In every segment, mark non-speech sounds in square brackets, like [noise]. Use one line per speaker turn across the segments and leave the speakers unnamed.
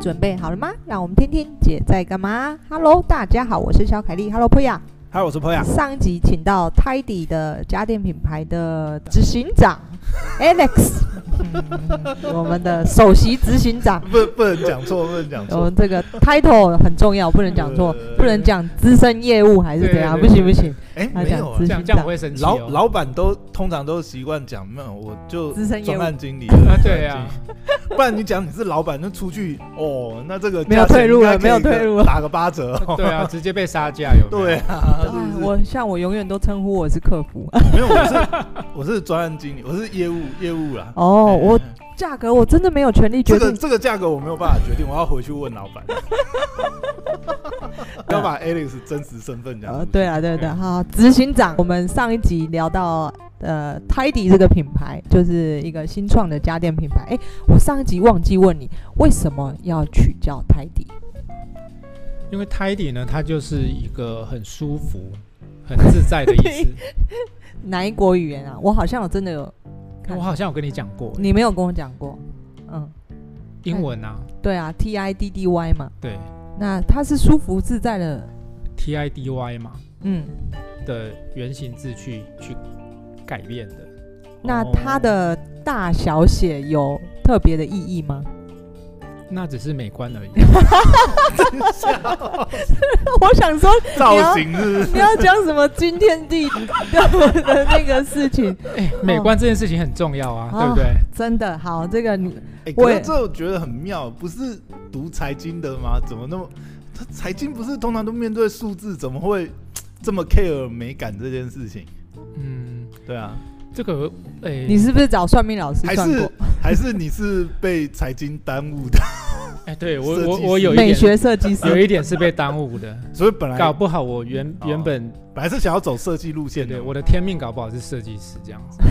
准备好了吗？让我们听听姐在干嘛。Hello，大家好，我是小凯丽。Hello，波雅。
嗨，我是朋友。
上一集请到 Tidy 的家电品牌的执行
[laughs]
长 Alex，、嗯我们的首席执行长。
不，不能讲错，不能讲
我。们这个 title 很重要，不能哦讲错，不能讲资深业务还是怎样，不
对对
行不行，
哎，
要
没
讲
有啊
资
这
深
样这样我会生气、
老
哦。
老板都通常都习惯讲，没有，我就
资深业
专
务
案经理。
啊，对啊，
不然你讲你是老板，那出去哦，那这个
没有
价钱
退路了
应
没
该可以
有退路了
打个八折哦。
对
[laughs]
啊，直接被杀价有没有
对，啊，是
哎
不是
我像我永远都称呼我是客服
没有，我是 [laughs] 我是专案经理，我是业务业务啦。
哦，
哎
我价格我真的没有权利决
这个
定，
这个价格我没有办法决定，我要回去问老
[laughs]
板。要把 Alex 真实身份讲出
呃，
来。
对
[laughs]
啊对对，好，执行长，我们上一集聊到呃 Tidy 这个品牌，就是一个新创的家电品牌，哎，我上一集忘记问你为什么要取叫 Tidy，
因为 tidy 呢，它就是一个很舒服、很自在
[laughs]
的意思。
哪一国语言啊？我好像有真的有，看
我好像有跟你讲过
你没有跟我讲过，嗯。
英文啊，
对啊，T I D D Y 嘛，
对
那它是舒服自在的，
，T I D Y 嘛
嗯，
的原型字去去改变的。
那
哦
它的大小写有特别的意义吗？ [laughs]
那只是美观而已。
我想说，
造型是不是
你要讲什么惊天地 [laughs] 的那个事情，
哎、美观这件事情很重要啊，
哦
对不对？
真的好，这个你
哎、
我
可是
也
这我觉得很妙，不是读财经的吗？怎么那么？他财经不是通常都面对数字，怎么会这么 care 美感这件事情？
嗯，
对啊，
这个哎，
你是不是找算命老师
还
算
是
过？
[laughs] 还是你是被财经耽误的， [laughs]
哎、对我
设计
我
师
我有一
美
[laughs]
点
学设计
有
师？
一点是被耽误的，
所以本来
搞不好我原
哦
原本、
本来是想要走设计路
对
线的
对
嘛。
我的天命搞不好是设计师这样子。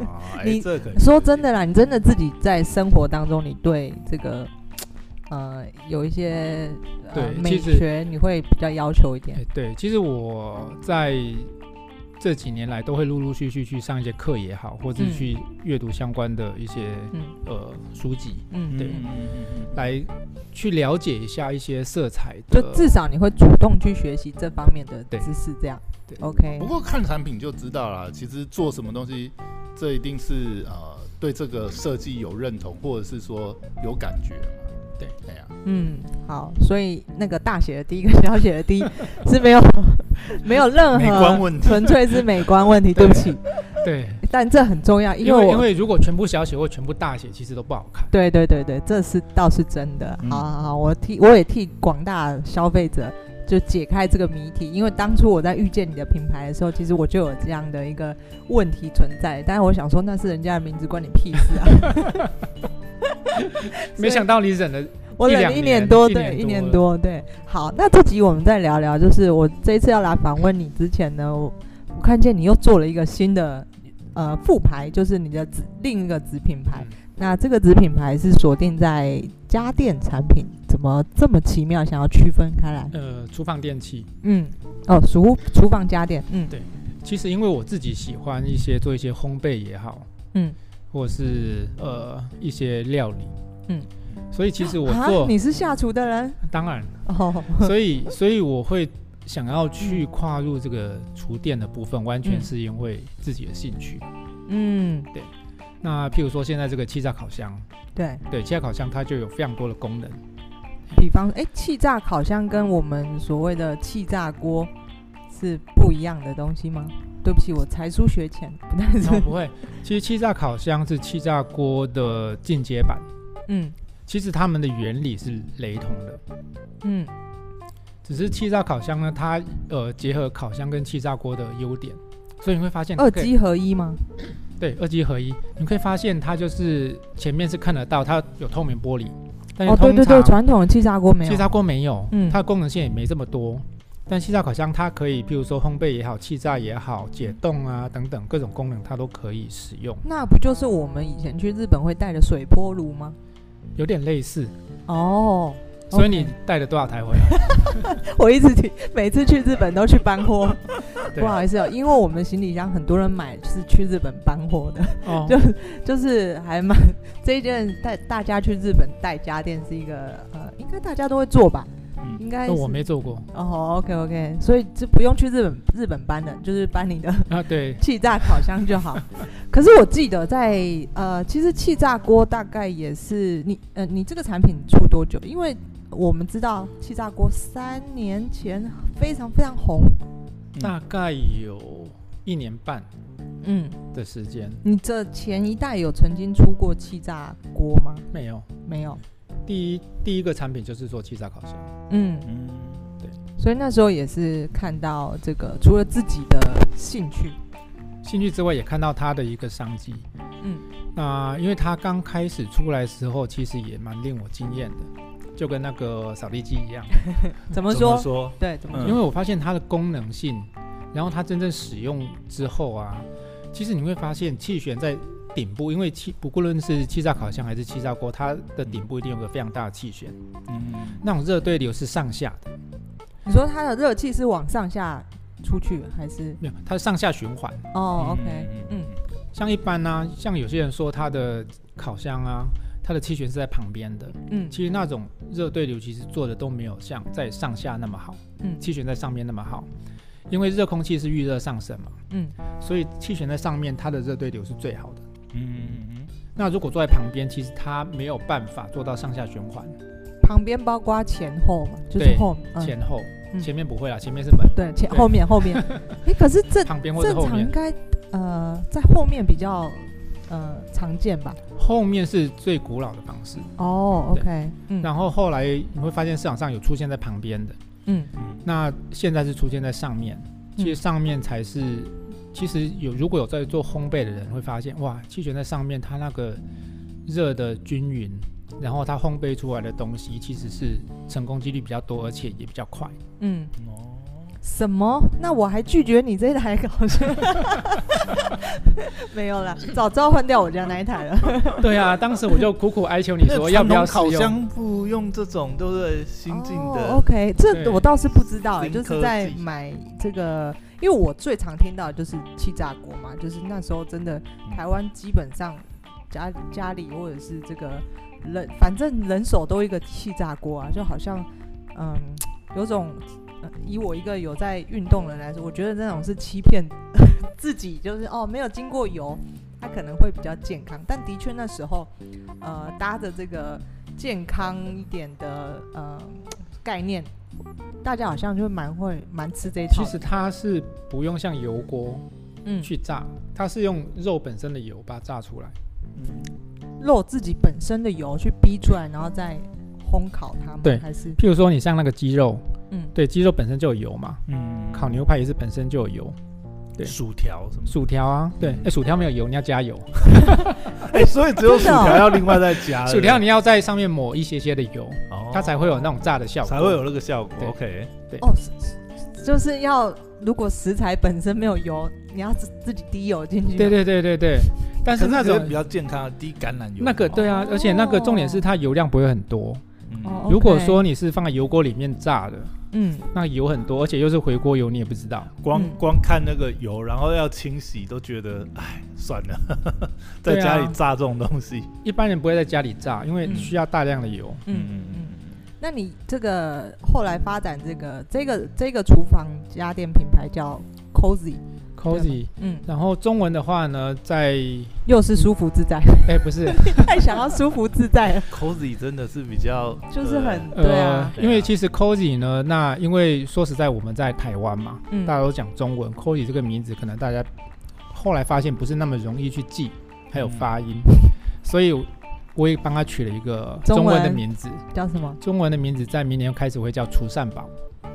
哦
[laughs]
哎、
你
这个
说真的啦，你真的自己在生活当中，你对这个呃有一些呃
对
美
其实
学，你会比较要求一点
哎、。对，其实我在这几年来都会陆陆续续去上一些课也好，或者
嗯
去阅读相关的一些、
嗯
呃书籍，
嗯，
对
嗯
来去了解一下一些色彩
就
的。
至少你会主动去学习这方面的
对
知识，这样。
对
OK，
不过看产品就知道了，其实做什么东西，这一定是呃对这个设计有认同，或者是说有感觉嘛。
对，
哎呀、
嗯，好，所以那个大写的 D 跟小写的 D [laughs] 是没有没有任
美观
何
问题
纯粹是美观问题，对不起，
对，
但这很重要，因
因
为
为
我
因为如果全部小写或全部大写，其实都不好看。
对对对对，这是倒是真的。
嗯
好好好，我替我也替广大消费者就解开这个谜题，因为当初我在遇见你的品牌的时候，其实我就有这样的一个问题存在，但是我想说那是人家的名字，关你屁事啊！
没想到你忍了，
我忍了
一两
一
年
年多，
一
对，
年
一年
多
多，对。好，那这集我们再聊聊，就是我这一次要来访问你之前呢，我我看见你又做了一个新的呃副牌，就是你的子另一个子品牌。
嗯
那这个子品牌是锁定在家电产品，怎么这么奇妙，想要区分开来？
呃，厨房电器。
嗯，哦，厨厨房家电，嗯，
对其实因为我自己喜欢一些做一些烘焙也好，
嗯，
或是呃一些料理，
嗯，
所以其实我
啊
做，
你是下厨的人
当然，
哦， [laughs]
[laughs] 所以所以我会想要去跨入这个厨电的部分，完全是因为自己的兴趣。
嗯，
那譬如说现在这个气炸烤箱，
对
对，气炸烤箱它就有非常多的
[laughs]
功能，
比方，哎，气炸烤箱跟我们所谓的气炸锅是不一样的东西吗？对不起，我才疏学浅，不但
然后
是，
不会，其实气炸烤箱是气炸锅的进阶版，
[laughs] 嗯
其实它们的原理是雷同的。
嗯
只是气炸烤箱呢，它呃结合烤箱跟气炸锅的优点，所以你会发现它
二
可以
机合一吗？
对二机合一，你可以发现它就是前面是看得到，它有透明玻璃，但是
哦，对
通
对对，
常
传统的气炸锅没有
气，炸锅没有，
嗯
它的功能性也没这么多。但气炸烤箱它可以，比如说烘焙也好，气炸也好，解冻啊等等各种功能它都可以使用，
那不就是我们以前去日本会带的水波炉吗？
有点类似。
哦，
所以你带了多少台回来？
[laughs] 我一直去，每次去日本都去搬货，
[laughs] 对
不好意思哦，因为我们行李箱很多人买是去日本搬货的，
哦，
就就是还蛮这一件带大家去日本带家电是一个呃，应该大家都会做吧，
嗯
应该
那
是
我没做过
哦，OK OK，所以就不用去日本日本搬的，就是搬你的
啊，对，
气炸烤箱就好。可是我记得在呃，其实气炸锅大概也是你呃，你这个产品出多久？因为我们知道气炸锅三年前非常非常红，
大概有一年半
嗯，
的时间，
你这前一代有曾经出过气炸锅吗？
没有。
没有，
第一第一个产品就是做气炸烤箱，
嗯，
嗯，
所以那时候也是看到这个，除了自己的兴趣，
兴趣之外也看到它的一个商机。
嗯，
那因为它刚开始出来的时候，其实也蛮令我惊艳的，就跟那个扫地机一样，
怎
怎
么说？
说？
对，怎么
嗯
说？
因为我发现它的功能性，然后它真正使用之后啊，其实你会发现气旋在顶部，因为气不论是气炸烤箱还是气炸锅，它的顶部一定有个非常大的气旋，
嗯，
那种热对流是上下的，
你说它的热气是往上下出去还是？
没有它是上下循环。
哦、o
嗯
k 嗯，
像一般呢、啊像有些人说他的烤箱啊，它的气旋是在旁边的，
嗯
其实那种热对流其实做的都没有像在上下那么好，
嗯
气旋在上面那么好，因为热空气是预热上升嘛，
嗯
所以气旋在上面它的热对流是最好的。
嗯
那如果坐在旁边，其实它没有办法做到上下循环，
旁边包括前后嘛，就是
对
后嗯
前后，
嗯
前面不会啦，前面是门，
对前
对
后面后
[laughs]
面，哎、可是正
旁边或者
正
后
常应
面，
该呃在后面比较呃常见吧？
后面是最古老的方式。
哦、o
对
k 嗯
然后后来你会发现市场上有出现在旁边的，
嗯
嗯
那现在是出现在上面，其实上面才是，其实有如果有在做烘焙的人会发现，哇，气旋在上面，它那个热的均匀，然后它烘焙出来的东西其实是成功几率比较多，而且也比较快。
嗯，
嗯，哦，
什么？那我还拒绝你这一台搞笑， [laughs] 没有啦，早知道换掉我家那一台
[laughs]
了。
对啊，当时我就苦苦哀求你说要不要
那传
试
统烤
用。
箱不用这种，对不对？新进
哦、
的，
OK，这
对
我倒是不知道、欸
新
就是
科
在
技
买这个，因为我最常听到的就是气炸锅嘛，就是那时候真的台湾基本上家家里或者是这个人，反正人手都一个气炸锅啊，就好像嗯，有种、呃以我一个有在运动的人来说，我觉得那种是欺骗 [laughs] 自己，就是哦没有经过油，它可能会比较健康，但的确那时候呃搭着这个健康一点的呃概念，大家好像就蛮会蛮吃这一套
其
的。
实它是不用像油锅
嗯，
去炸，它是用肉本身的油把它炸出来。
肉自己本身的油去逼出来，然后再烘烤它吗？
对
还是
譬如说你像那个鸡肉，
嗯
对，鸡肉本身就有油嘛，
嗯
烤牛排也是本身就有油。对
薯条什么？
薯条啊，
嗯
对，哎、薯条没有油，你要加油。
哎，所以只有薯条要另外
[laughs]
再加了，
薯条你要在上面抹一些些的油，
哦
它才会有那种炸的效果。
才会有那个效果。
对
OK，
哦，是是就是要如果食材本身没有油，你要自自己滴油进去。
对。对对对对，但是
可
那
是这个
种
比较健康，低橄榄油。哦
那个对啊，而且那个重点是它油量不会很多。
嗯，
哦，
如果
OK
说你是放在油锅里面炸的，
嗯，
那个油很多，而且又是回锅油，你也不知道。
光
嗯
光看那个油，然后要清洗，都觉得哎，算了， [laughs] 在
对啊
家里炸这种东西。
一般人不会在家里炸，因为
嗯
需要大量的油。
嗯嗯嗯，那你这个后来发展这个这个这个厨房家电品牌叫 Cozy，
Cozy，
嗯，
然后中文的话呢，在
又是舒服自在， [laughs]
哎、不是，
太想要舒服自
[laughs]
在了，
Cozy 真的是比较，
就是很
呃，
对啊，
[laughs] 对啊
因为其实 Cozy 呢，那因为说实在我们在台湾嘛，
嗯
大家都讲中文，Cozy 这个名字可能大家后来发现不是那么容易去记，还有发音，
嗯
所以我也帮他取了一个
中
中文的
文
名字。
叫什么？
中文的名字在明年开始会叫除善宝，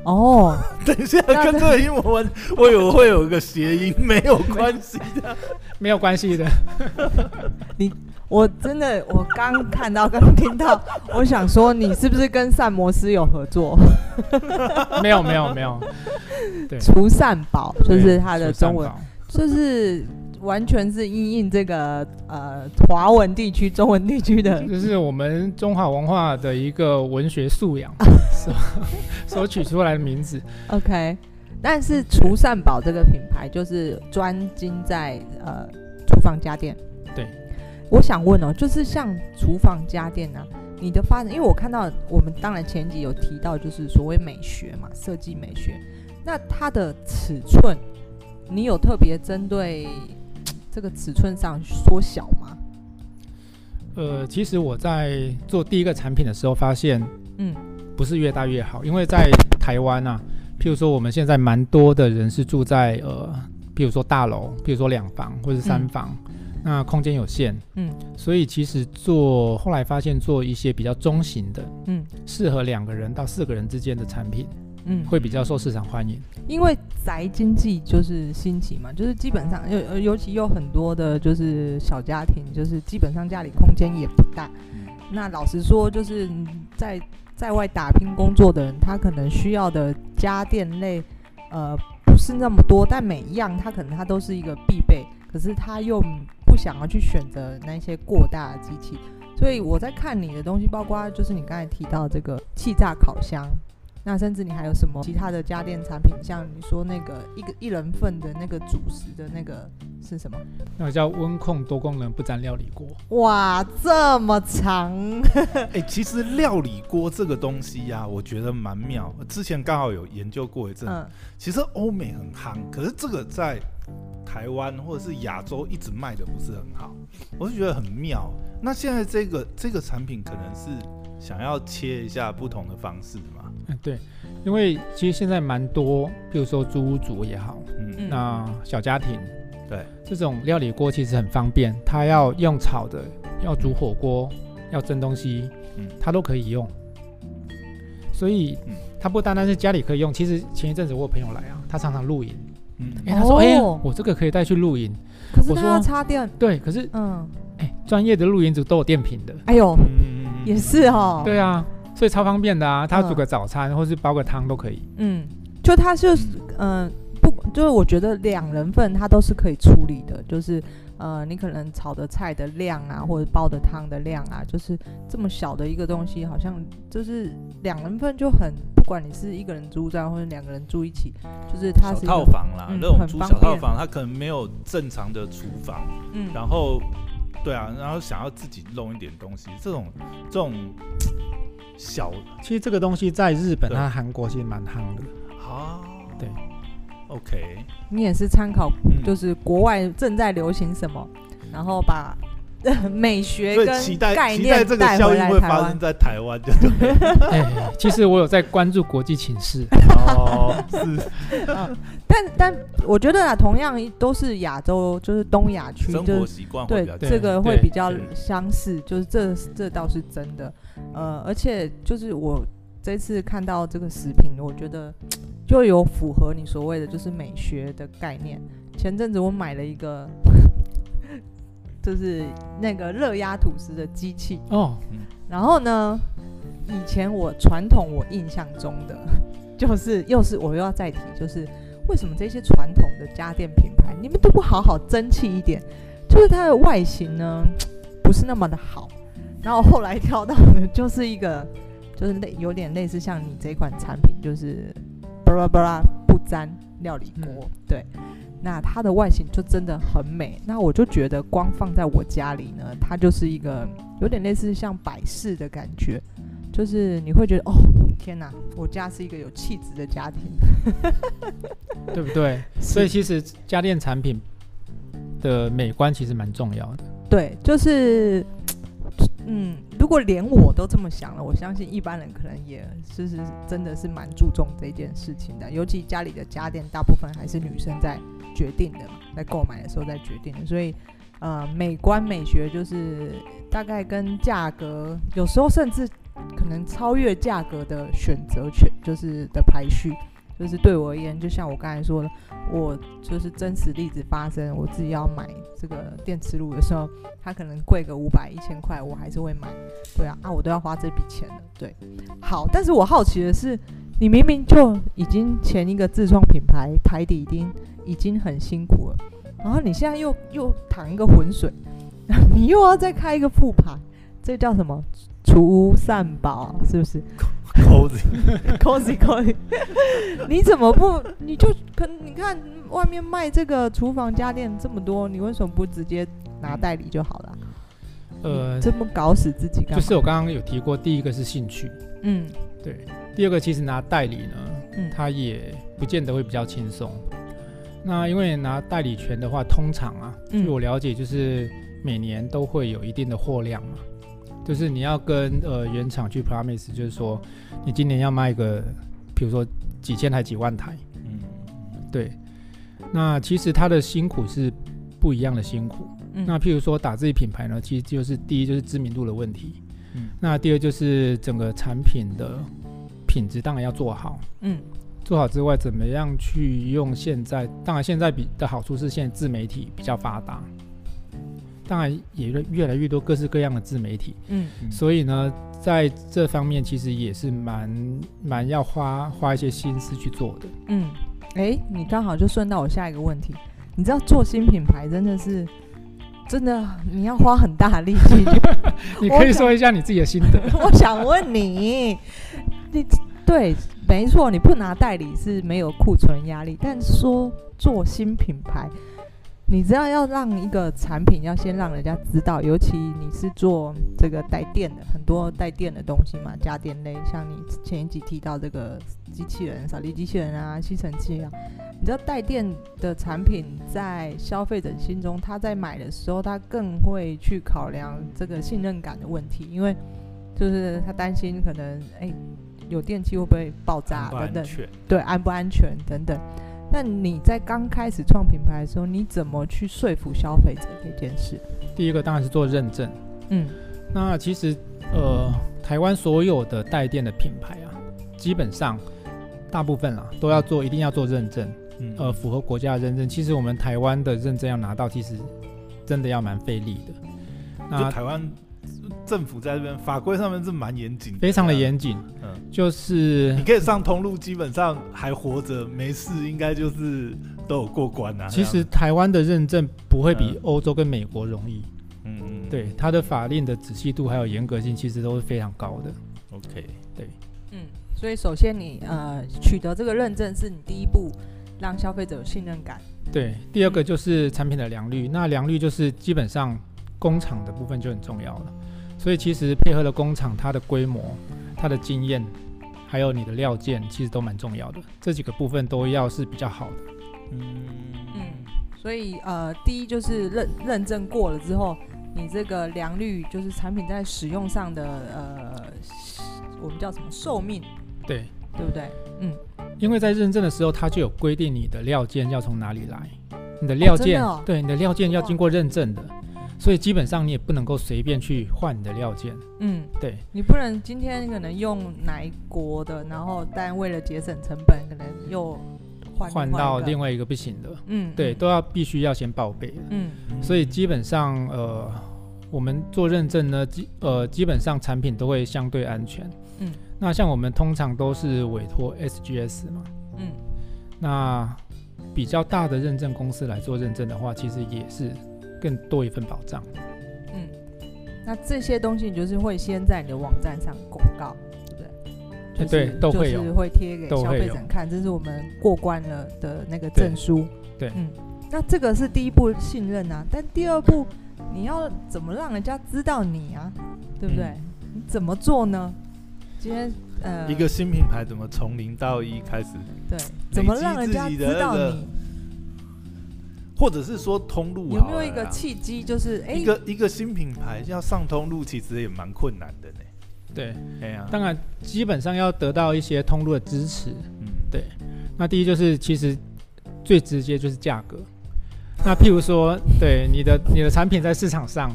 哦，
[laughs] 等一下
那
跟这个英文完，我以为会有一个谐音，没有关
[laughs]
系。
没有关系的。 [laughs]
我真的，我刚看到，刚听到， [laughs] 我想说，你是不是跟膳魔师有合作？
没有没有没有，
除善宝就是
对
它的
除善
中文，
宝
就是完全是因应这个呃华文地区、中文地区的
这是我们中华文化的一个文学素养所 [laughs] 所取出来的名字。
OK，但是除善宝这个品牌就是专精在呃厨房家电。
对，
我想问哦，就是像厨房家电啊，你的发展，因为我看到我们当然前集有提到，就是所谓美学嘛，设计美学，那它的尺寸，你有特别针对这个尺寸上缩小吗？
呃，其实我在做第一个产品的时候发现，
嗯，
不是越大越好，因为在台湾啊，譬如说我们现在蛮多的人是住在呃，譬如说大楼，譬如说两房或是三
嗯
房，那空间有限，
嗯，
所以其实做后来发现做一些比较中型的，
嗯，
适合两个人到四个人之间的产品
嗯，
会比较受市场欢迎。
因为宅经济就是兴起嘛，就是基本上尤尤其有很多的就是小家庭，就是基本上家里空间也不大。那老实说，就是在在外打拼工作的人，他可能需要的家电类，呃，不是那么多，但每一样他可能他都是一个必备，可是他又不想要去选择那些过大的机器。所以我在看你的东西，包括就是你刚才提到这个气炸烤箱，那甚至你还有什么其他的家电产品，像你说那个一个一人份的那个主食的那个是什么？
那个叫温控多功能不粘料理锅，
哇，这么长，
哎、其实料理锅这个东西呀、我觉得蛮妙。之前刚好有研究过一阵，
嗯
其实欧美很夯，可是这个在台湾或者是亚洲一直卖的不是很好，我就觉得很妙。那现在这个这个产品可能是想要切一下不同的方式嘛？
嗯，对，因为其实现在蛮多，譬如说租屋族也好，
嗯，
嗯
那小家庭，
对，
这种料理锅其实很方便，它要用炒的，要煮火锅，要蒸东西，
嗯
它都可以用。所以
嗯，
它不单单是家里可以用，其实前一阵子我有朋友来啊，他常常露营，
嗯，
哎、他说，哎、
哦
我这个可以带去露营，
可是
我
它
说
要插电，
对，可是
嗯，
哎、专业的露营组都有电瓶的，
哎呦，
嗯
[laughs] 也是哦，
对啊，所以超方便的啊，他
嗯
煮个早餐、或是煲个汤都可以。
嗯，就它就是嗯、不就是我觉得两人份它都是可以处理的，就是呃，你可能炒的菜的量啊，或者煲的汤的量啊，就是这么小的一个东西，好像就是两人份就很，不管你是一个人住这样，或者两个人住一起，就是它
小
是一
套
个
房啦，
嗯
那种
很
租
方
小套
便
房，它可能没有正常的厨房，
嗯
然后对啊，然后想要自己弄一点东西，这种这种小
其实这个东西在日本
对
和韩国其实蛮夯的，
啊，
对
，OK，
你也是参考
嗯
就是国外正在流行什么，然后把 [laughs] 美学
所
跟
以期
概
待期待
念
这个
带
效
回
应
来
会
台
发
湾
生。在台湾，对
[laughs]
不对？
哎、其实我有在关注国际情势，
哦，是
但但我觉得啊，同样都是亚洲，就是东亚区，
生
就
活
是
习惯会
对
比较
对
这个会
对
比较
对
相似，就是这这倒是真的。呃，而且就是我这次看到这个视频，我觉得就有符合你所谓的就是美学的概念。前阵子我买了一个。 [laughs] 就是那个热压吐司的机器，
哦，
然后呢，以前我传统我印象中的， [laughs] 就是又是我又要再提，就是为什么这些传统的家电品牌，你们都不好好争气一点？就是它的外形呢，不是那么的好。然后后来挑到的就是一个，就是类有点类似像你这款产品，就是巴拉巴拉不粘料理锅，对。那它的外形就真的很美，那我就觉得光放在我家里呢，它就是一个有点类似像摆饰的感觉，就是你会觉得哦，天哪，我家是一个有气质的家庭， [laughs]
对不对？所以其实家电产品的美观其实蛮重要的。
对，就是，嗯，如果连我都这么想了，我相信一般人可能也是是真的是蛮注重这件事情的，尤其家里的家电大部分还是女生在决定的嘛，在购买的时候在决定的，所以。呃，美观美学就是大概跟价格，有时候甚至可能超越价格的选择权，就是的排序，就是对我而言，就像我刚才说的，我就是真实例子发生，我自己要买这个电磁炉的时候，它可能贵个五百一千块，我还是会买。对啊，啊，我都要花这笔钱了。对，好，但是我好奇的是，你明明就已经前一个自创品牌台底已经已经很辛苦了，然后你现在又又淌一个浑水， [laughs] 你又要再开一个复盘，这叫什么？除污散宝是不是 [laughs]
抠子，
？cozy cozy，你怎么不？你就可你看外面卖这个厨房家电这么多，你为什么不直接拿代理就好了？啊
呃，
嗯这么搞死自己干
就
嘛？
是我刚刚有提过，第一个是兴趣，
嗯
对，第二个其实拿代理呢，
嗯，
它也不见得会比较轻松。那因为拿代理权的话，通常啊，
嗯
据我了解，就是每年都会有一定的货量嘛，就是你要跟呃原厂去 promise，就是说你今年要卖个，比如说几千台、几万台，
嗯，
对。那其实它的辛苦是不一样的辛苦。
嗯
那譬如说打自己品牌呢，其实就是第一就是知名度的问题，
嗯
那第二就是整个产品的品质当然要做好，
嗯
做好之外，怎么样去用现在？当然，现在比的好处是现在自媒体比较发达，当然也越越来越多各式各样的自媒体，
嗯
嗯
所以呢，在这方面其实也是蛮蛮要花花一些心思去做的。
嗯，哎、你刚好就顺到我下一个问题。你知道做新品牌真的是，真的你要花很大的力气 [laughs] 去
你可以
想
说一下你自己的心得
我想问你，你对，没错，你不拿代理是没有库存压力，但说做新品牌，你知道要让一个产品要先让人家知道，尤其你是做这个带电的，很多带电的东西嘛，家电类，像你前一集提到这个机器人、扫地机器人啊、吸尘器啊，你知道带电的产品在消费者心中，他在买的时候，他更会去考量这个信任感的问题，因为就是他担心可能哎、有电器会不会爆炸
安不
等
安
等，
全？
对安不安全等等。那你在刚开始创品牌的时候，你怎么去说服消费者这件事？
第一个当然是做认证。
嗯
那其实呃，台湾所有的带电的品牌啊，基本上大部分啦都要做，一定要做认证。
嗯
哦
呃，符合国家的认证。其实我们台湾的认证要拿到，其实真的要蛮费力的，
就
那
台湾政府在这边法规上面是蛮严谨，
非常的。严谨。
嗯
就是
你可以上通路，基本上还活着没事，应该就是都有过关啊。
其实
这样，
台湾的认证不会比
嗯
欧洲跟美国容易，
嗯嗯，
对它的法令的仔细度还有严格性，其实都是非常高的。
，OK，
嗯，所以首先你呃取得这个认证是你第一步，让消费者有信任感。
对，第二个就是产品的良率，那良率就是基本上工厂的部分就很重要了，所以其实配合了工厂它的规模、它的经验，还有你的料件，其实都蛮重要的，这几个部分都要是比较好的。
嗯
嗯所以呃，第一就是认认证过了之后，你这个良率就是产品在使用上的呃，我们叫什么寿命，
对，
对不对？嗯，
因为在认证的时候，它就有规定你的料件要从哪里来，你的料件、
真的哦
对你的料件要经过认证的，所以基本上你也不能够随便去换你的料件。
嗯，
对
你不能今天可能用哪一国的，然后但为了节省成本，可能又换
换
另外一
到
个
另外一个不行的，
嗯，
对，
嗯
都要必须要先报备。
嗯
所以基本上，呃，我们做认证呢，基呃基本上产品都会相对安全。
嗯，
那像我们通常都是委托 SGS 嘛，
嗯
那比较大的认证公司来做认证的话，其实也是更多一份保障。
嗯，那这些东西你就是会先在你的网站上公告，对不对？就是、
哎对都会
就是
有
会贴给
都
消
会
费
有
者看，这是我们过关了的那个证
对
书。
对
嗯，那这个是第一步信任啊，但第二步你要怎么让人家知道你啊，对不对？
嗯
你怎么做呢？今天呃，
一个新品牌怎么从零到一开始，
对，怎么
积
让人
自
家
己
知
的那
道
个
你？
或者是说通路
有
好
没
了
有
啦
一个契机，就是哎，
啊一个一个新品牌要上通路，其实也蛮困难的呢。
对，
哎呀，
当然基本上要得到一些通路的支持。
嗯
对，那第一就是其实最直接就是价格。那譬如说，对你的你的产品在市场上、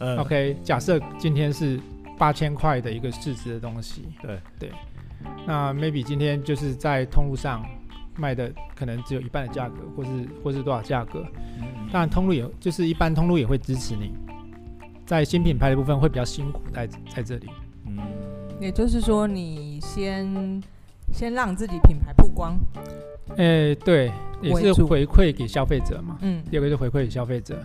嗯
o k 假设今天是八千块的一个市值的东西，
对
对，那 maybe 今天就是在通路上卖的可能只有一半的价格，或是或是多少价格，
嗯
当然通路也就是一般通路也会支持你，在新品牌的部分会比较辛苦在在这里，
嗯
也就是说，你先先让自己品牌曝光，
呃诶，对，也
为
是
主
回馈给消费者嘛。
嗯，
第二个是回馈给消
[laughs]
费者。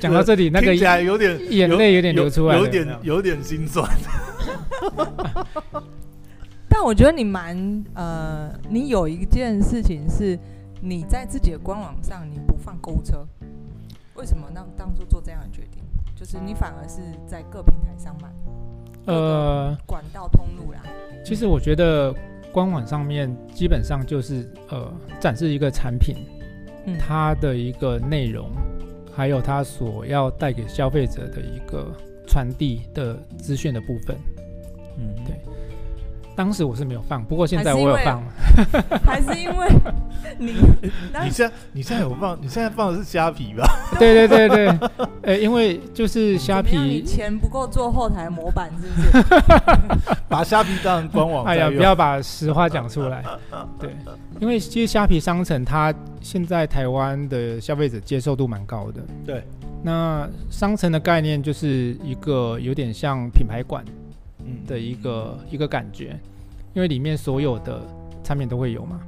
讲到这里，那个
听起来有点
眼泪有点流出来了
有
有没有
点有点心酸。
但我觉得你蛮呃，你有一件事情是你在自己的官网上你不放购物车，为什么那当初做这样的决定？就是你反而是在各平台上买
呃，
管道通路啦，
其实我觉得官网上面基本上就是呃展示一个产品
嗯，
它的一个内容，还有它所要带给消费者的一个传递的资讯的部分。
嗯，
对当时我是没有放，不过现
还
在
是
我
因
有
为
放。
[laughs] 还是因为
[laughs]
你那
你现在你现在有放，你现在放的是虾皮
[laughs]
吧？
对对对对， [laughs] 呃，因为就是虾
啊怎么样你
皮，
钱不够做后台模板是不是？
把虾皮当成官网在
哎呀，
用。
不要把实话讲出来。对，因为其实虾皮商城它现在台湾的消费者接受度蛮高的。
对，
那商城的概念就是一个有点像品牌馆
嗯
的一个一个感觉，因为里面所有的产品都会有嘛。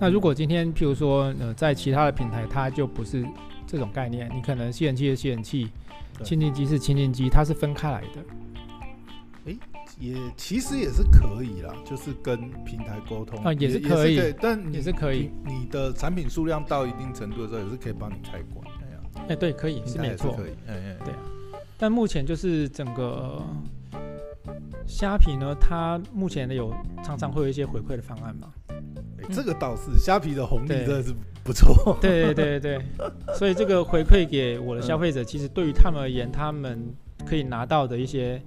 那如果今天譬如说呃在其他的平台它就不是这种概念，你可能吸尘器是吸尘器，
对
清净机是清净机，它是分开来的。
也其实也是可以啦，就是跟平台沟通
啊也是
是
可以
以，但你
也是可以
你。你的产品数量到一定程度的时候，也是可以帮你开关。哎呀，
哎、对，可以是
平台
没
也是
错。
可以。哎哎，哎
对但目前就是整个呃虾皮呢，它目前的有常常会有一些回馈的方案嘛。
哎这个倒是虾皮的红利
对
真的是不错。
对对对对， [laughs] 所以这个回馈给我的消费者，其实对于他们而言，他们可以拿到的一些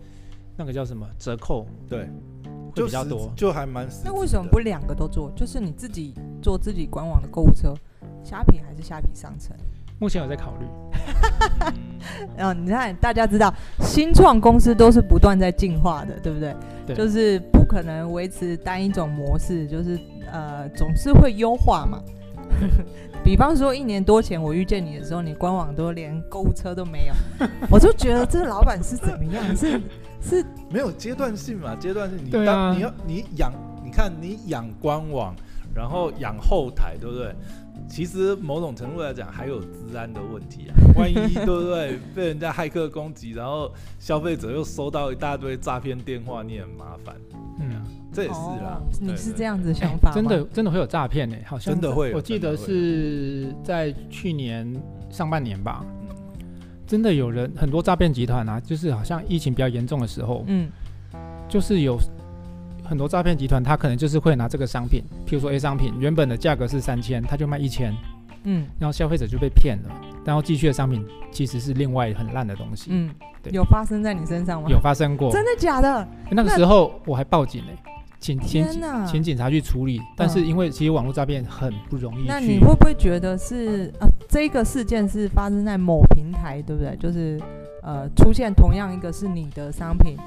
那个叫什么折扣
对，
会
[laughs] 就
比较
实
多。
就还蛮实。
那为什么不？两个都做？就是你自己做自己官网的购物车，虾皮还是虾皮商城？
目前有在考虑，
嗯、你看大家知道，新创公司都是不断在进化的，对不对？
对
就是不可能维持单一种模式，就是呃，总是会优化嘛。 [laughs] 比方说，一年多前我遇见你的时候，你官网都连购物车都没有，我就觉得这老板是怎么样？
[laughs]
是是，
没有阶段性嘛，阶段性你
对啊
当你要你养，你看你养官网，然后养后台，对不对？其实某种程度来讲，还有治安的问
[laughs]
题啊。万一对不对被人家骇客攻击，然后消费者又收到一大堆诈骗电话，你也很麻烦。
嗯，
这也是啦
哦，你是这
样，
样子的
哎
想法吗？
真的真的会有诈骗呢，欸好像
真的会有
我记得
真的会
是在去年上半年吧
嗯，
真的有人很多诈骗集团啊，就是好像疫情比较严重的时候，
嗯，
就是有很多诈骗集团，他可能就是会拿这个商品，譬如说 A 商品原本的价格是三千，他就卖一千，
嗯
然后消费者就被骗了，然后寄去的商品其实是另外很烂的东西，
嗯，
对
有发生在你身上吗？
有，发生过。
真的假的？
那个时候我还报警嘞、请请
天哪嗯
请警察去处理，但是因为其实网络诈骗很不容易
那你
去
会，不会觉得是呃，这个事件是发生在某平台，对不对？就是呃，出现同样一个是你的商品，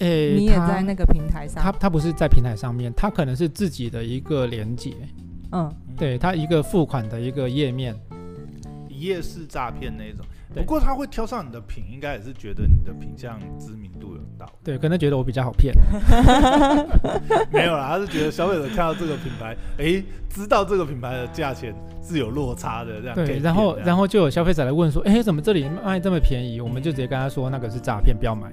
诶
你也
他
在那个平台上，
他他不是在平台上面，他可能是自己的一个连接，
嗯，
对他一个付款的一个页面，
一夜式诈骗那一种。
对
不过他会挑上你的品，应该也是觉得你的品相知名度有到。
对，可能觉得我比较好骗，
[laughs] 没有啦，他是觉得消费者看到这个品牌，诶，知道这个品牌的价钱是有落差啊的，这样
对，然后然
后
后就有消费者来问说，哎，怎么这里卖这么便宜？我们就直接跟他说那个是诈骗，不要买。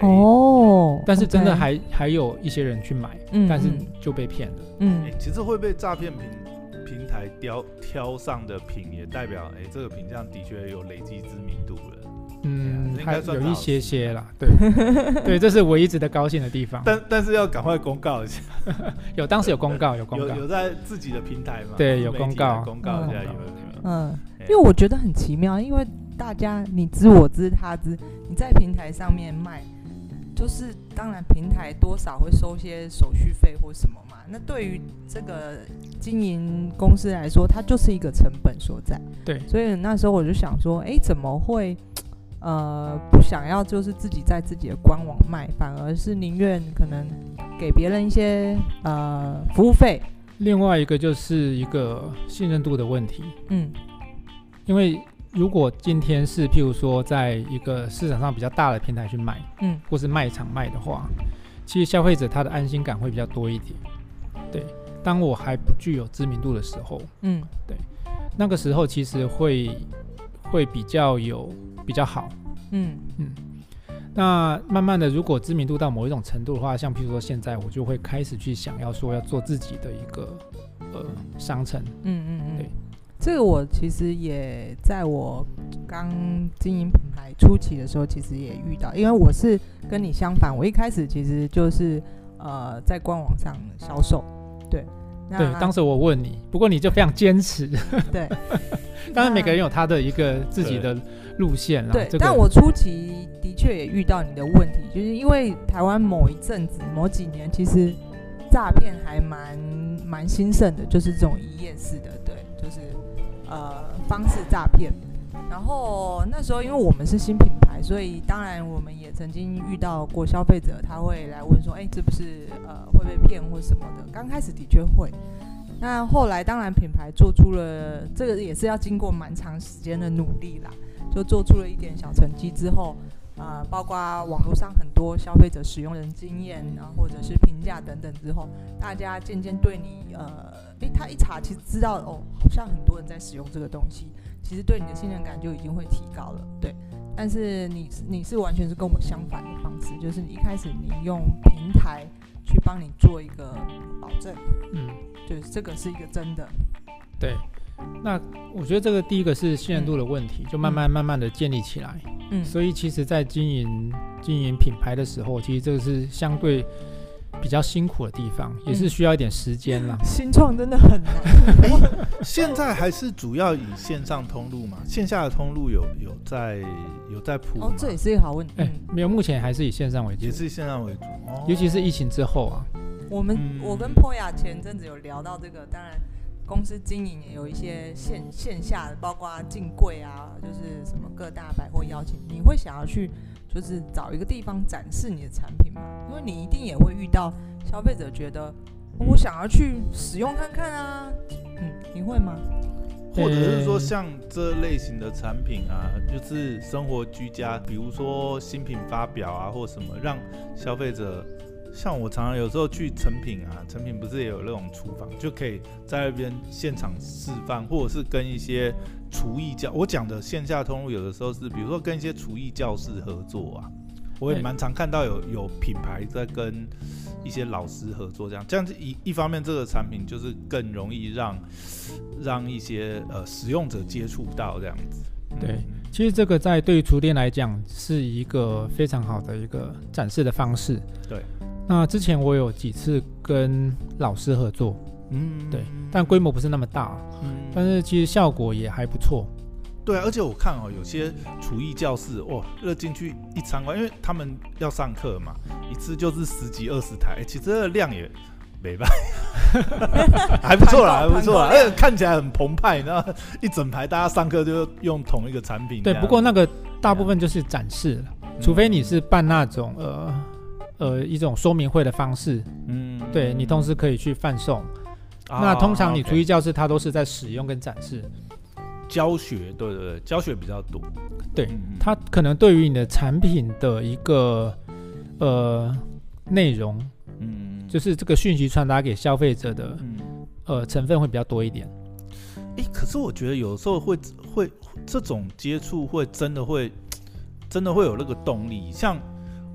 哦，
但是真的
OK，
还还有一些人去买，
嗯
但是
嗯
就被骗了。
哎、
嗯，
其实会被诈骗平平台挑挑上的品，也代表哎、这个品相的确有累积知名度了。
嗯，
啊应该
还
算
有
是好
一些
事
些啦，对
[laughs]
对，这是我一直的高兴的地方。
但但是要赶快公
[laughs]
告一下，
有当时有公告，有公
有
告，
有在自己的平台吗？
对有
自媒体
公告
来公告一下
嗯
有没有？
嗯，
哎
因为我觉得很奇妙，因为大家你知我知他知，你在平台上面卖，就是当然平台多少会收些手续费或什么嘛。那对于这个经营公司来说，它就是一个成本所在。
对
所以那时候我就想说，哎，怎么会？呃，不想要就是自己在自己的官网卖，反而是宁愿可能给别人一些呃服务费，
另外一个就是一个信任度的问题，
嗯
因为如果今天是譬如说在一个市场上比较大的平台去卖，
嗯
或是卖场卖的话，其实消费者他的安心感会比较多一点。对，当我还不具有知名度的时候，
嗯
那个时候其实会会比较有比较好。
嗯
那慢慢的，如果知名度到某一种程度的话，像譬如说现在，我就会开始去想要说要做自己的一个呃商城。
嗯嗯嗯
对，
这个我其实也在我刚经营品牌初期的时候，其实也遇到，因为我是跟你相反，我一开始其实就是呃在官网上销售，对，那
对，当时我问你，不过你就非常坚持。
对，
[laughs] 当然，每个人有他的一个自己的路线啦。
对，
这个、
但我初期的确也遇到你的问题，就是因为台湾某一阵子、某几年，其实诈骗还蛮蛮兴盛的，就是这种一夜式的，对，就是呃方式诈骗。然后那时候因为我们是新品牌，所以当然我们也曾经遇到过消费者，他会来问说：“哎，这不是呃会被骗或什么的？”刚开始的确会。那后来，当然品牌做出了这个也是要经过蛮长时间的努力啦，就做出了一点小成绩之后，啊、包括网络上很多消费者使用人经验啊，或者是评价等等之后，大家渐渐对你呃，诶，他一查其实知道哦，好像很多人在使用这个东西，其实对你的信任感就已经会提高了，对。但是你你是完全是跟我相反的方式，就是你一开始你用平台去帮你做一个保证，
嗯，
对，这个是一个真的，
对。那我觉得这个第一个是信任度的问题，就慢慢慢慢的建立起来。
嗯
所以其实，在经营经营品牌的时候，其实这个是相对比较辛苦的地方，也是
嗯
需要一点时间啦。
新创真的很
[laughs]
难，
[laughs] 现在还是主要以线上通路嘛，线下的通路有有在有在铺吗
哦，这也是一个好问题。
哎、
嗯
没有，目前还是以线上为主
也，是线上为主，哦、
尤其是疫情之后啊，
我们、
嗯
我跟 Poya 前阵子有聊到这个，当然公司经营也有一些线线下的，包括进柜啊，就是什么各大百货邀请，你会想要去就是找一个地方展示你的产品吗？因为你一定也会遇到消费者觉得、哦我想要去使用看看啊，嗯，你会吗？
或者是说
呃
像这类型的产品啊，就是生活居家，比如说新品发表啊，或什么，让消费者。像我常常有时候去成品啊，成品不是也有那种厨房，就可以在那边现场示范，或者是跟一些厨艺教，我讲的线下通路有的时候是，比如说跟一些厨艺教室合作啊，我也
对
蛮常看到有有品牌在跟一些老师合作，这样这样子一一方面，这个产品就是更容易让让一些呃使用者接触到这样子。嗯
对其实这个在对于厨店来讲是一个非常好的一个展示的方式。
对。
那之前我有几次跟老师合作，
嗯
对，但规模不是那么大，
嗯
但是其实效果也还不错。
对啊，而且我看哦，有些厨艺教室哇，热进去一参观，因为他们要上课嘛，一次就是十几二十台，其实这个量也没吧，还不错啦，还
团购
不错啦，
团购
而
量
且看起来很澎湃，然后一整排大家上课就用同一个产品这
对，
样。
不过那个大部分就是展示了，
嗯
除非你是办那种呃呃一种说明会的方式，
嗯，
对你同时可以去贩售。
啊
那通常你
OK
厨艺教室它都是在使用跟展示，
教学，对对对，教学比较多。
对
嗯，嗯
它可能对于你的产品的一个呃内容，
嗯，
就是这个讯息传达给消费者的
嗯，
呃成分会比较多一点。
哎、可是我觉得有时候会会这种接触会真的会真的会有那个动力，像。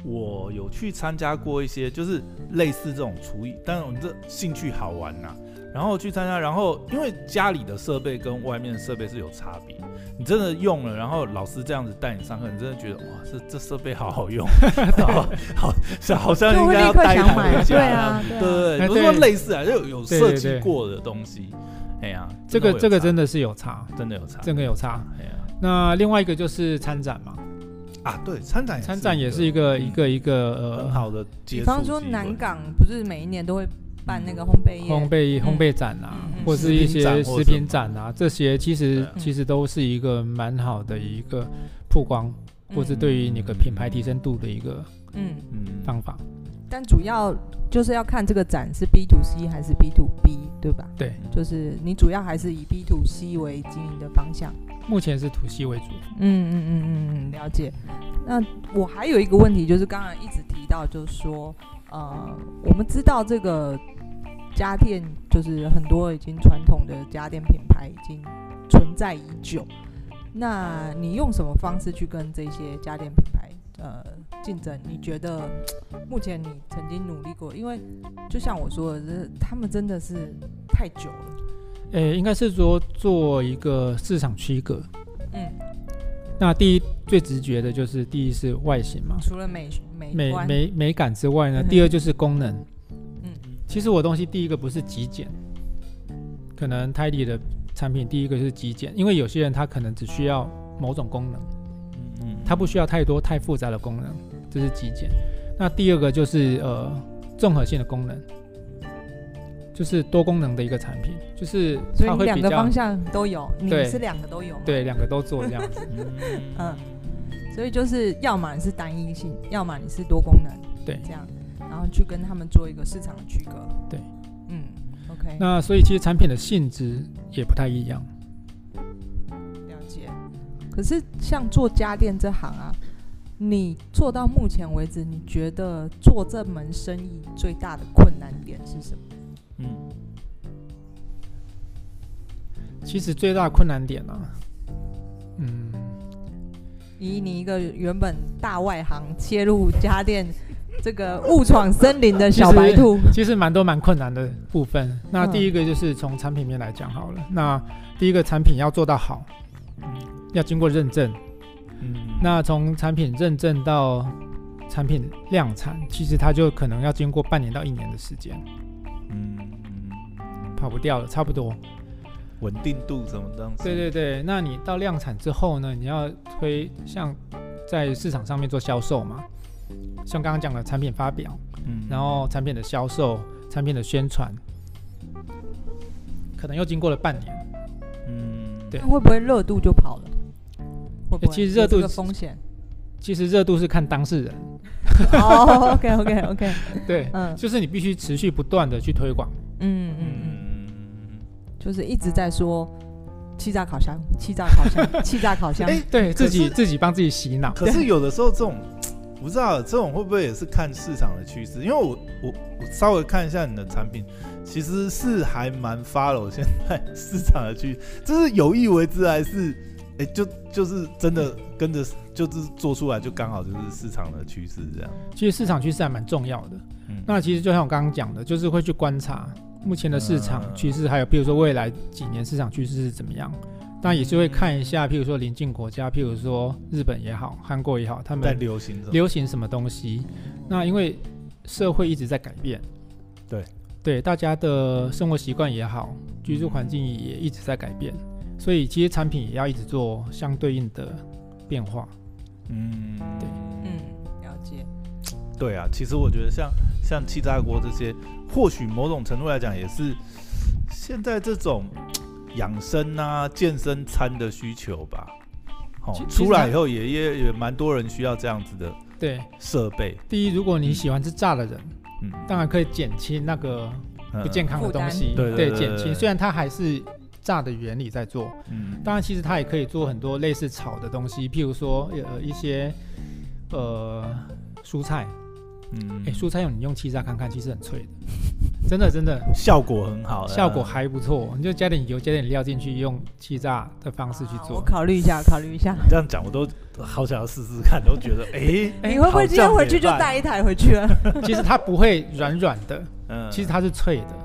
我有去参加过一些，就是类似这种厨艺，但是我们这兴趣好玩呐、然后去参加，然后因为家里的设备跟外面的设备是有差别，你真的用了，然后老师这样子带你上课，你真的觉得哇，这这设备好好
[laughs]
用，好好像好像
就
应
会
该
立
要
刻
带一
想
台
买，
回家
对
这样
啊，啊，
对对，
哎
不是说
对
类似啊，就有
对
设
对
计
对
过的东西。哎呀，
这个这个真
的
的是有
会有
差，
差真的有差，
这个有差。
哎呀
那另外一个就是参展嘛，
啊，对，参展
参展也是
一
一个
嗯
一个一
个
个呃
很好的接
比
触。
方说南，港不是每一年都会办那个烘焙
烘
业，
焙
嗯
烘焙展啊
嗯嗯，
或是一
食品
些
展或者
食
什么
品展啊，这些
对
其实
啊
其实都是一个蛮好的一个曝光，或是
嗯
对于你的品牌提升度的一个
嗯
嗯，
方法。
但主要就是要看这个展是 B to C 还是 B to B，对吧？
对，
就是你主要还是以 B to C 为经营的方向。
目前是土系为主，
嗯嗯嗯嗯嗯，了解。那我还有一个问题，就是刚刚一直提到，就是说，呃，我们知道这个家电就是很多已经传统的家电品牌已经存在已久，那你用什么方式去跟这些家电品牌呃竞争？你觉得目前你曾经努力过？因为就像我说的，这他们真的是太久了。
诶，应该是说做一个市场区隔。
嗯，
那第一最直觉的就是第一是外形嘛，
除了美美
美
观，
美美感之外呢，
嗯哼
第二就是功能。
嗯
其实我东西第一个不是极简，可能泰迪的产品第一个是极简，因为有些人他可能只需要某种功能，
嗯嗯，
他不需要太多太复杂的功能，这是极简。那第二个就是呃综合性的功能，就是多功能的一个产品，就是
所以
它
你
会
两
比
个
较
方向都有，你
对
是两个都有嘛？
对两个都做这样子。
嗯
[laughs] 嗯，所以就是要么你是单一性，要么你是多功能，
对
这样，然后去跟他们做一个市场的区隔。
对，
嗯，OK，
那所以其实产品的性质也不太一样。
了解。可是像做家电这行啊，你做到目前为止，你觉得做这门生意最大的困难点是什么？
嗯
其实最大的困难点呢、啊嗯，
以你一个原本大外行切入家电这个误闯森林的小白兔，
其实蛮多蛮困难的部分。那
嗯
第一个就是从产品面来讲好了，那第一个产品要做到好，要经过认证。
嗯，
那从产品认证到产品量产，其实它就可能要经过半年到一年的时间，
嗯嗯
跑不掉了，差不多。
稳定度什么东西？
对对对，那你到量产之后呢，你要推像在市场上面做销售嘛，像刚刚讲的产品发表，
嗯，
然后产品的销售、产品的宣传，可能又经过了半年。
嗯，
对呃
那会不会热度就跑了？会不会？
其实热度
有这个风险。
其实热度是看当事人，
哦，OK
[laughs]
OK OK，
对，
嗯
就是你必须持续不断的去推广。
嗯嗯嗯，
嗯，
就是一直在说气炸烤箱，气炸烤
[laughs]
箱，气炸烤箱。
哎
对自己
可是
自己帮自己洗脑，
可是有的时候这种，不知道这种会不会也是看市场的趋势？因为我我我稍微看一下你的产品，其实是还蛮 follow 现在市场的趋势，这是有意为之还是？哎、就就是真的跟着，就是做出来就刚好就是市场的趋势这样。
其实市场趋势还蛮重要的。
嗯，
那其实就像我刚刚讲的，就是会去观察目前的市场
嗯
趋势，还有比如说未来几年市场趋势是怎么样。但也是会看一下，譬如说邻近国家，譬如说日本也好，韩国也好，他
在
们
流行什么？
流行什么东西。那因为社会一直在改变，
对
对，大家的生活习惯也好，居住环境也一直在改变，所以其实产品也要一直做相对应的变化。
嗯，
对
嗯，了解。
对啊，其实我觉得像像气炸锅这些，或许某种程度来讲也是现在这种养生啊、健身餐的需求吧。好、
其其实
出来以后也也也蛮多人需要这样子的
对，
设备，
第一，如果你喜欢吃炸的人，
嗯，
当然可以减轻那个不健康的东西，
负担对对对
减
对
轻。虽然它还是炸的原理在做，
嗯，
当然其实它也可以做很多类似炒的东西，譬如说呃一些呃蔬菜，
嗯，
哎、蔬菜用你用气炸看看，其实很脆的，真的真的
效果很好，啊
效果还不错。你就加点油，加点料进去，用气炸的方式去
好我
做。
考虑一下，考虑一下。
这样讲我都好想要试试看，都
[laughs]
觉得哎，
你会不会今天回去就带一台回去了？
其实它不会软软的，
嗯，
其实它是脆的。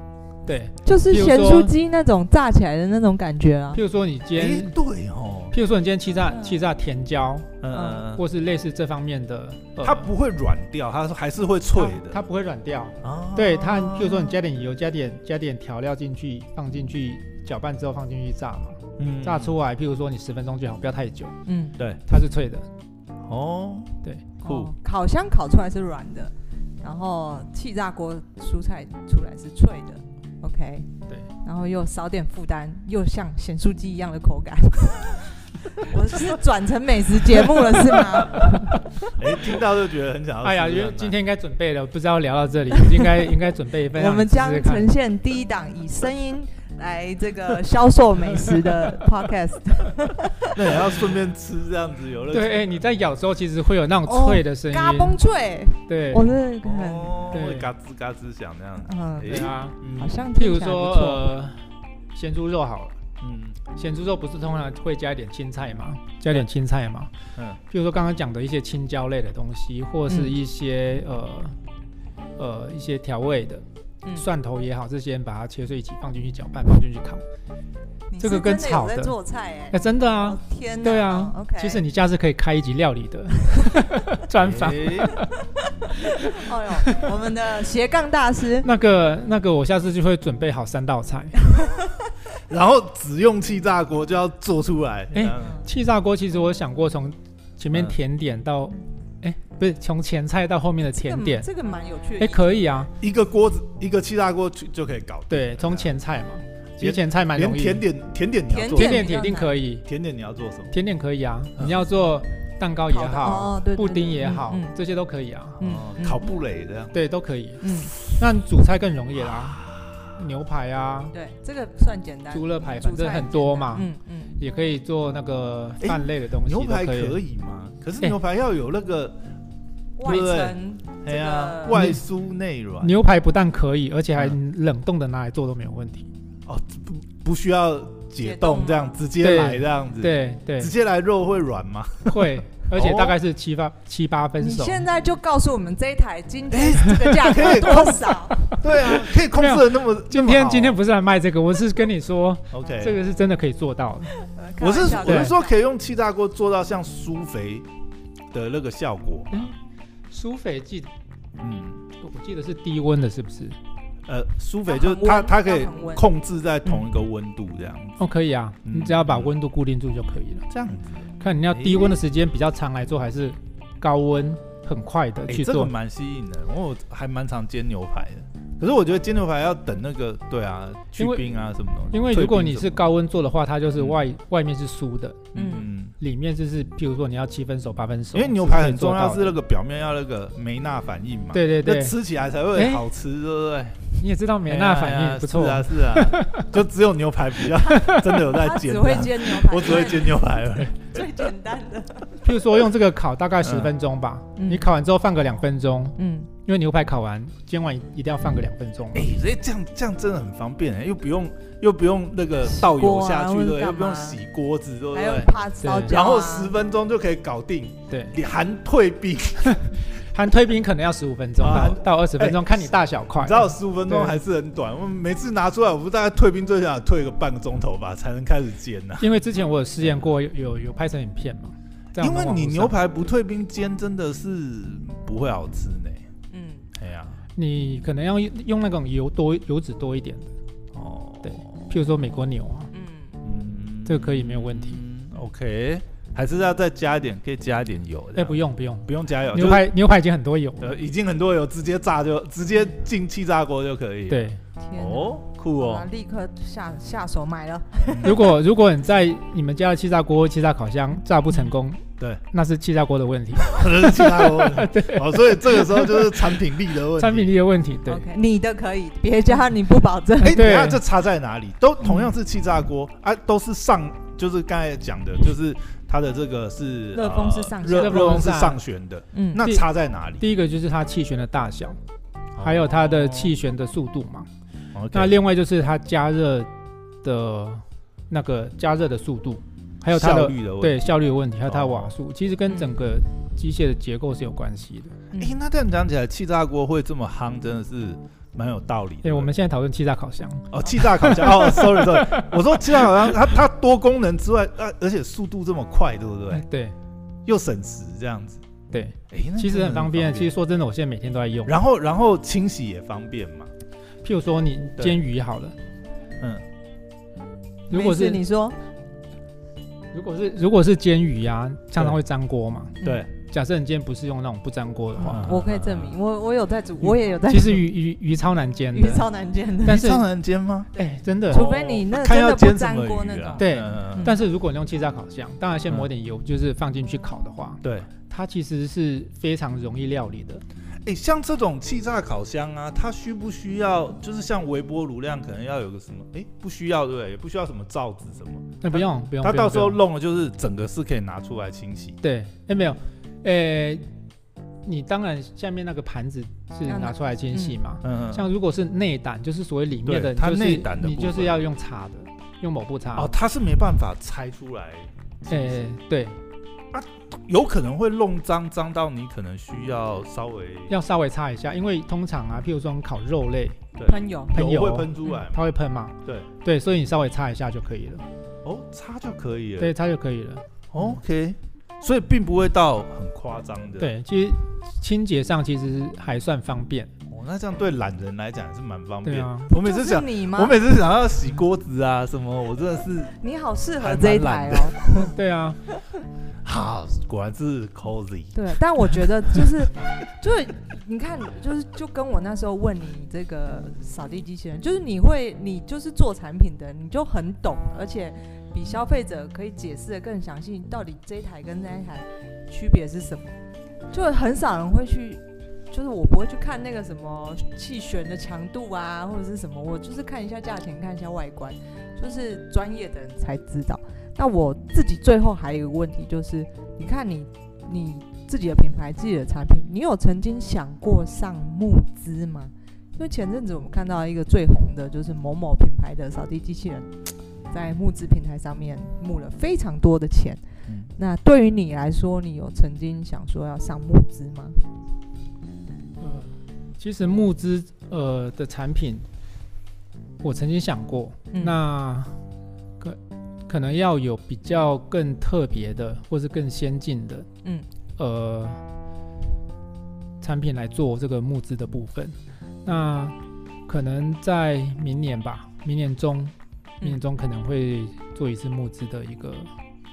对，
就是
比如
咸
说
酥鸡那种炸起来的那种感觉啊
譬。如说你今
哎
天，
对哦，
譬如说你今天气炸
嗯
气炸甜椒，
嗯，
或是类似这方面的，呃
它不会软掉，它还是会脆的，
它它不会软
哦
掉。
啊
对它，譬如说你加点油，加点加点调料进去，放进去搅拌之后放进去炸嘛，
嗯
炸出来，譬如说你十分钟就好，不要太久，
嗯，
它是脆的。
哦，
对，
酷
哦烤箱烤出来是软的，然后气炸锅蔬菜出来是脆的。OK，
对，
然后又少点负担，又像咸酥鸡一样的口
[laughs]
感。我是转成美食节目了是
[laughs]
吗？
哎，听到就觉得很想要试试看啊。
哎呀，因为今天应该准备了，不知道聊到这里，应该应该准备一份。
我们
让你
将
试试看
呈现第一档以声音来这个销售美食的
[laughs]
podcast。
那也要顺便吃这样子，有乐
对，哎、你在咬之后其实会有那种脆的声音，
哦嘎嘣脆，
对，
我是很
哦，
对
会嘎吱嘎吱响那样子。
嗯，
对啊，
嗯
好像
譬
听
如
起来不
说
错。
呃，咸猪肉好了，
嗯
咸猪肉不是通常会加一点青菜嘛，加一点青菜嘛，
嗯
譬如说刚刚讲的一些青椒类的东西，或是
嗯
一些、呃呃一些调味的、
嗯
蒜头也好，这些把它切碎一起放进去搅拌，放进去烤。
你
这
是
个跟
真的有
炒
在
的
做菜
哎、
哎，
真的啊
哦，天哪，
对啊
哦，OK，
其实你下次可以开一集料理
[laughs]
的专访。
诶
哎呦，我们的斜杠大师
那个那个，我下次就会准备好三
[laughs]
道菜。
然后只用气炸锅就要做出来。这
哎
样子
气炸锅其实我想过从前面
嗯
甜点到，哎、不是从前菜到后面的甜点，
这个蛮有趣
哎、
的。
可以啊，
一个锅子，一个气炸锅就就可以搞定。
对，从前菜嘛，
嗯
其实前菜蛮
连
容易，
甜点甜点你要做什
甜
么，
点铁定可以，
甜点你要做什么？
甜点可以啊，
嗯
你要做蛋糕也
烤的
好，
哦对对
布丁
对
也
嗯
好，
嗯
这些都可以啊，
嗯
哦
嗯
烤布蕾这样。
对，都可以。
嗯，
那主菜更容易
啊
啦，牛排啊，
对，这个算简单。
猪肋排，
主
哎反
啊菜
正很多嘛，
嗯嗯，
也可以做那个饭类的东西，
牛排
都
可
以。
以吗？可是
哎
牛排要有那个，
外层
哎呀
这，个
外酥内软，
牛排不但可以，而且还
嗯
冷冻的拿来做都没有问题。
不需要解冻，这样直接
对
来这样子，，
对对
[laughs] 直，接来肉会软吗？
会，而且大概是七八七八分
你
熟。
现在就告诉我们这一台今
[laughs]
天这个价格多少？
对啊，可以控制的那么，
[laughs] 今
那么
天
好
今天不是来卖这个，我是跟
[laughs]
你说，
OK，
这个是真的可以做到的。
[laughs] 我是
开玩笑
我
的
是说可以用气炸锅做到像酥肥的那个效果，
苏菲记，
嗯，
我记得是低温的，是不是？
呃，酥
要
肥
很
就是它
温
它可以
要很温
控制在同一个温度这样，
哦，可以啊，
嗯
你只要把温度固定住就可以了。
这样子，
看你要低温的时间比较长来做，还是高温很快的
哎，
去
这个
做？
蛮吸引的，我还蛮常煎牛排的。可是我觉得煎牛排要等那个，对啊，去
因为
冰啊什么东西。
因为
退
如果
冰
你
什
是
么
高温做的话，它就是
嗯
外外面是酥的，
的，嗯，
里面就是譬如说你要七分熟、八分熟，
因为牛排很重要
是
是
可以
那个表面要那个梅纳反应嘛，
做到的，对对
那
对，
吃起来才会
哎
好吃，对不对？
你也知道美娜反
哎呀
应不错
是，啊是
[laughs]
啊，就只有牛排比较真的有在
他
煎
只
的，啊
会煎牛排，
我只会煎牛排而
[laughs]
已。
最简单的。
譬如说用这个烤大概十分钟吧，
嗯
你烤完之后放个两分钟，
嗯，
因为牛排烤完煎完一定要放个两分钟嘛
哎、，所以这样这样真的很方便、欸又不用又不用那个倒油下去，
洗锅啊
对，
或者
又不用
干嘛
洗锅子，对不
还有
对？
怕烧焦啊，
然后十分钟就可以搞定，
对，
你含退冰，
含退冰可能要十五分钟
啊
到到二十分钟，看你大小块
你知。道十五分钟
对
还是很短。我每次拿出来，我不大概退冰最少退个半个钟头吧，才能开始煎啊呐、
因为之前我有试验过，有有有拍成影片嘛，在我
因
们
为
网络
你
上
牛排不退冰煎，真的是不会好吃呢。
嗯，
哎呀、
你可能要用那种油多油脂多一点的，
哦，
对譬如说美国牛啊，
嗯，
嗯
这个可以没有问题。
嗯 OK，还是要再加一点，可以加一点油这样。
哎、不用不用，
不用加油，啊就
牛
是
排牛排已经很多油了。
呃，已经很多油直接炸就直接进气炸锅就可以。，
对，
天哪
哦，酷
好啦啊
哦，
立刻下下手买了。
如果如果你在你们家的气炸锅、气炸烤箱炸不成功，
对， [laughs]
那是气炸锅的问题，
可能是气炸锅。哦，所以这个时候就是产品力的问题。
产品力的问题。对
OK，你的可以，别家你不保证。
哎，等一下
对
这差在哪里？都同样是气炸锅啊，都是上，就是刚才讲的，就是它的这个是
热风是上
呃
旋
热
热
热
风
风是
上
上旋的，
嗯，
那差在哪里？
第一个就是它气旋的大小，还有它的气旋的速度嘛。
哦，OK，
那另外就是它加热的那个加热的速度，还有它
效
的
率的问题。
对效率的问题，还有它的
哦
瓦数，其实跟整个机械的结构是有关系的。
嗯
哎、那这样讲起来，气炸锅会这么夯，真的是蛮有道理的。
对，我们现在讨论气炸烤箱。
哦，气炸烤箱哦，sorry sorry，我说气炸烤箱，它它多功能之外，呃，而且速度这么快，对不对？
哎对
又省时这样子，
对，
哎、那
其实
真的
很方便。其实说真的，我现在每天都在用。
然后然后清洗也方便嘛，
嗯譬如说你
对
煎鱼好了，
嗯，
如果
没事
是
你说，
如果是如果是煎鱼啊，常常会粘锅嘛。
对，
假设你今天不是用那种不粘锅的话，
嗯
我可以证明，我我有在煮，我也有在煮。
其实鱼鱼鱼超难煎
鱼
的。
超难煎的，
但
这
是
样能煎吗？
哎、真的，
除非你那真
看要
的不
煎什
粘
么
锅
鱼
那
啊
种。
对
嗯
但是如果你用气炸烤箱，当然先抹点油，就是放进去烤的话，
对，
它其实是非常容易料理的。
哎、像这种气炸烤箱啊，它需不需要？就是像微波炉那样，可能要有个什么？哎、不需要，对不对？也不需要什么罩子什么。
那不用不用，
它
不用
到时候
不用
弄了，就是整个是可以拿出来清洗。
对，哎没有，呃，你当然下面那个盘子是
要拿
拿出来清洗嘛，
嗯，
像如果是内胆，就是所谓里面
对
的，
它
就是
内胆的
你
部
就是
分
要用擦的，用抹布擦。
哦，，它是没办法拆出来，
哎，啊对，
有可能会弄脏，脏到你可能需要稍微
要稍微擦一下，因为通常啊，譬如说我们烤肉类，
对
喷油，
喷
油
油嗯
会喷出来嘛。
它会喷嘛，
对，
对，所以你稍微擦一下就可以了，
哦，擦就可以了。
对，擦就可以了。
，OK，所以并不会到很夸张的。，
对，啊其实清洁上其实还算方便。
哦，那这样对懒人来讲也是蛮方
对
便。
啊，
我每次
就是
想，
你
我
吗？
每次想要洗锅子啊什么，我真的是
你好适合
还蛮
这一
懒
台
的
哦。
对啊，
好，果然是 cozy。
对，但我觉得就是，就是你看，就是就跟我那时候问你这个扫地机器人，就是你会，你就是做产品的，你就很懂，而且比消费者可以解释的更详细，到底这一台跟那一台区别是什么，就很少人会去。就是我不会去看那个什么气旋的强度啊，或者是什么，我就是看一下价钱，看一下外观，就是专业的人才知道。那我自己最后还有一个问题就是，你看你你自己的品牌、自己的产品，你有曾经想过上募资吗？因为前阵子我们看到一个最红的，就是某某品牌的扫地机器人，在募资平台上面募了非常多的钱。
嗯
那对于你来说，你有曾经想说要上募资吗？
呃，其实募资呃的产品，我曾经想过，
嗯
那可可能要有比较更特别的，或是更先进的，
嗯，
呃，产品来做这个募资的部分。那可能在明年吧，明年中，
嗯
明年中可能会做一次募资的一个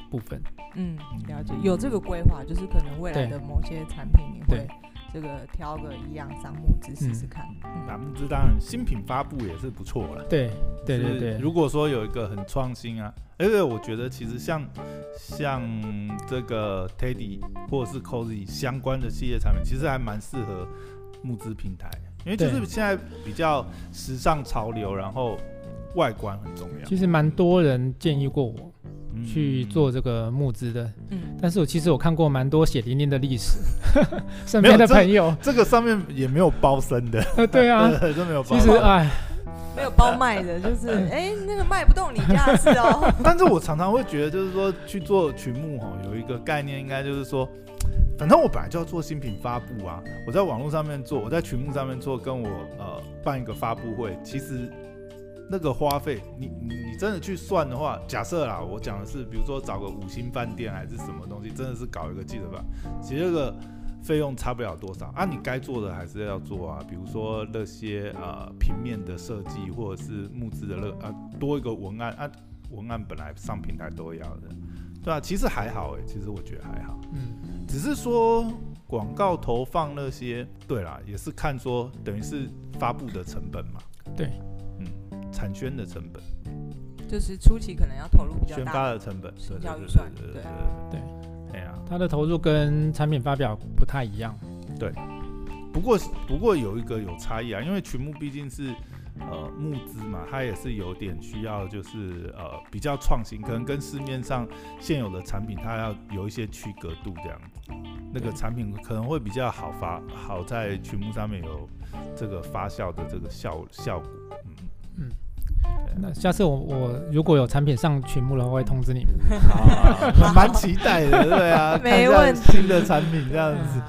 部分。
嗯，了解，有这个规划，就是可能未来
对
的某些产品你会
对嗯
这个挑个一样上募资试试看。
嗯那木之当然新品发布也是不错啦。
对，对
就
对
是
对，
如果说有一个很创新啊，而且我觉得其实像像这个 Teddy 或者是 Cozy 相关的系列产品，其实还蛮适合募资平台，因为就是
对
现在比较时尚潮流，然后外观很重要。
其实蛮多人建议过我
嗯
去做这个募资的，
嗯
但是我其实我看过蛮多血淋淋的历史， [laughs] 身
没有
边的
这 [laughs]
朋友，
这个上面也没有包身的，，
呃，对啊
[laughs] 都没有包
其
身。
实哎，
嗯，没有包卖的，
[laughs]
就是哎、那个卖不动你家的事哦。
[laughs] 但是我常常会觉得，就是说去做群目吼，有一个概念，应该就是说，反正我本来就要做新品发布啊，我在网络上面做，我在群目上面做，跟我呃办一个发布会，其实那个花费，你你你真的去算的话，假设啦，我讲的是，比如说找个五星饭店还是什么东西，真的是搞一个记者吧，其实这个。费用差不了多少啊！你该做的还是要做啊，比如说那些呃平面的设计，或者是募资的那啊多一个文案啊，文案本来上平台都要的，对啊，其实还好哎、其实我觉得还好，
嗯，
只是说广告投放那些，对啦，也是看说等于是发布的成本嘛，
对，
嗯，产宣的成本、
就是初期可能要投入比较
宣
大
发的成本，对
行
对
销
对
预算
对对
对
对对，哎呀、
它的投入跟产品发表不太一样，
不过不过有一个有差异啊，因为群募毕竟是呃募资嘛，它也是有点需要就是呃比较创新，可能跟市面上现有的产品它要有一些区隔度这样子。那个产品可能会比较好发，好在群募上面有这个发酵的这个效效果。嗯，
那下次我我如果有产品上群目的话，我会通知你们。
好、蛮期待的，对啊，看
[laughs]
一
没
下
问题嗯
新的产品这
嗯
样子，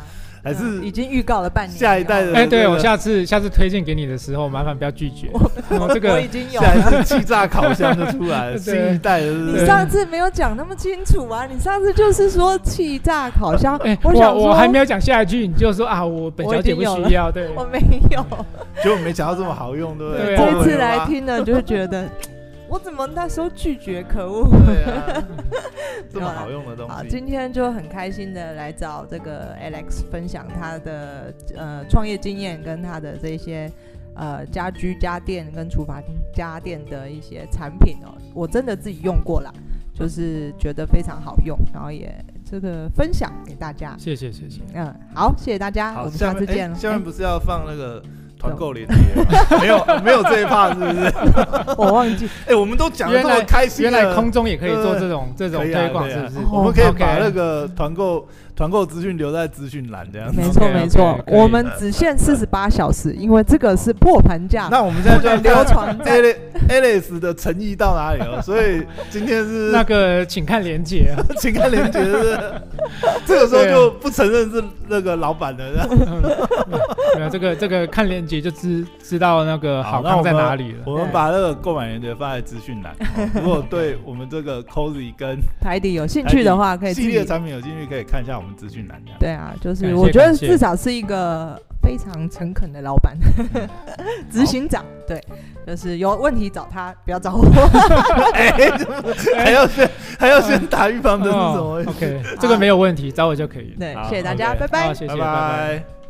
还是
啊已经预告了半年，
下一代的对
哎、对
对
我
对
下次下次推荐给你的时候，麻烦不要
[laughs]
拒绝。我这
[laughs] 我
个
已经有
下
了。
一次气炸烤箱就出
[laughs]
来了，
对
新一代的，对不对
你上次没有讲那么清楚啊！你上次就是说气炸烤箱，
哎、
我想
我
说
还没有讲下一句，你就说啊，我本
我已
小姐
经
不
有了
需要，对，
我没有。
[laughs]
啊
结果没想到这么好用，对不对？
对啊
够
这
了
次来
吧。
听了就会觉得，我怎么那时候拒绝？可恶！
对啊，这么好用的东
好，
西，
今天就很开心的来找这个 Alex 分享他的呃创业经验跟他的这些呃家居家电跟厨房家电的一些产品哦，我真的自己用过啦，就是觉得非常好用，然后也这这个分享给大家。
谢谢谢谢，
嗯，好，谢谢大家，我
好，
们
下
下次
面
见
哎
了。哎
下面不是要放那个团
怎么
购链接吗？ [laughs] 没有没有这一趴是不是？ [laughs]
[laughs] 哎我忘记，
哎，我们都讲的这
原
么
来
开心
原
了，
来空中也可以做
对
这种这种
可以啊
推广，
可以
是
啊
不是？
我们可以
OK
把那个团购团购资讯留在资讯栏这样子。
没
[laughs]
错
OK，OK，
没错，
可以
我们只限四十八小时，因为这个是破盘价，
那我们现在就要
不能流传
看 [laughs] Alice Alice 的诚意到哪里了？所以今天是 [laughs]
那个请看连结啊。
情感
[laughs]
连结是，这个时候就不承认是那个老板了。
没啊有这个这个看链接就知知道那个
好
好
那我
康在
们
哪里了。
我们把那个购买链接放在资讯栏，哦如果对我们这个 Cozy 跟
台底有兴趣的话 [laughs] 可以自
系
己
列。产品有兴趣，可以看一下我们资讯栏。
[laughs]
这样
对啊，就
感
是
谢
我觉得
感谢
至少是一个非常诚恳的老板， [laughs] 执行长。对，就是有问题找他，不要找我。 [laughs]
哎还要先还要
哎
先打预防针是什么
哦
意思？
？OK，这个没有问题，找我就可以了。
对
好，
谢谢大家，
OK
拜拜
好。谢谢，
拜
拜拜。
拜。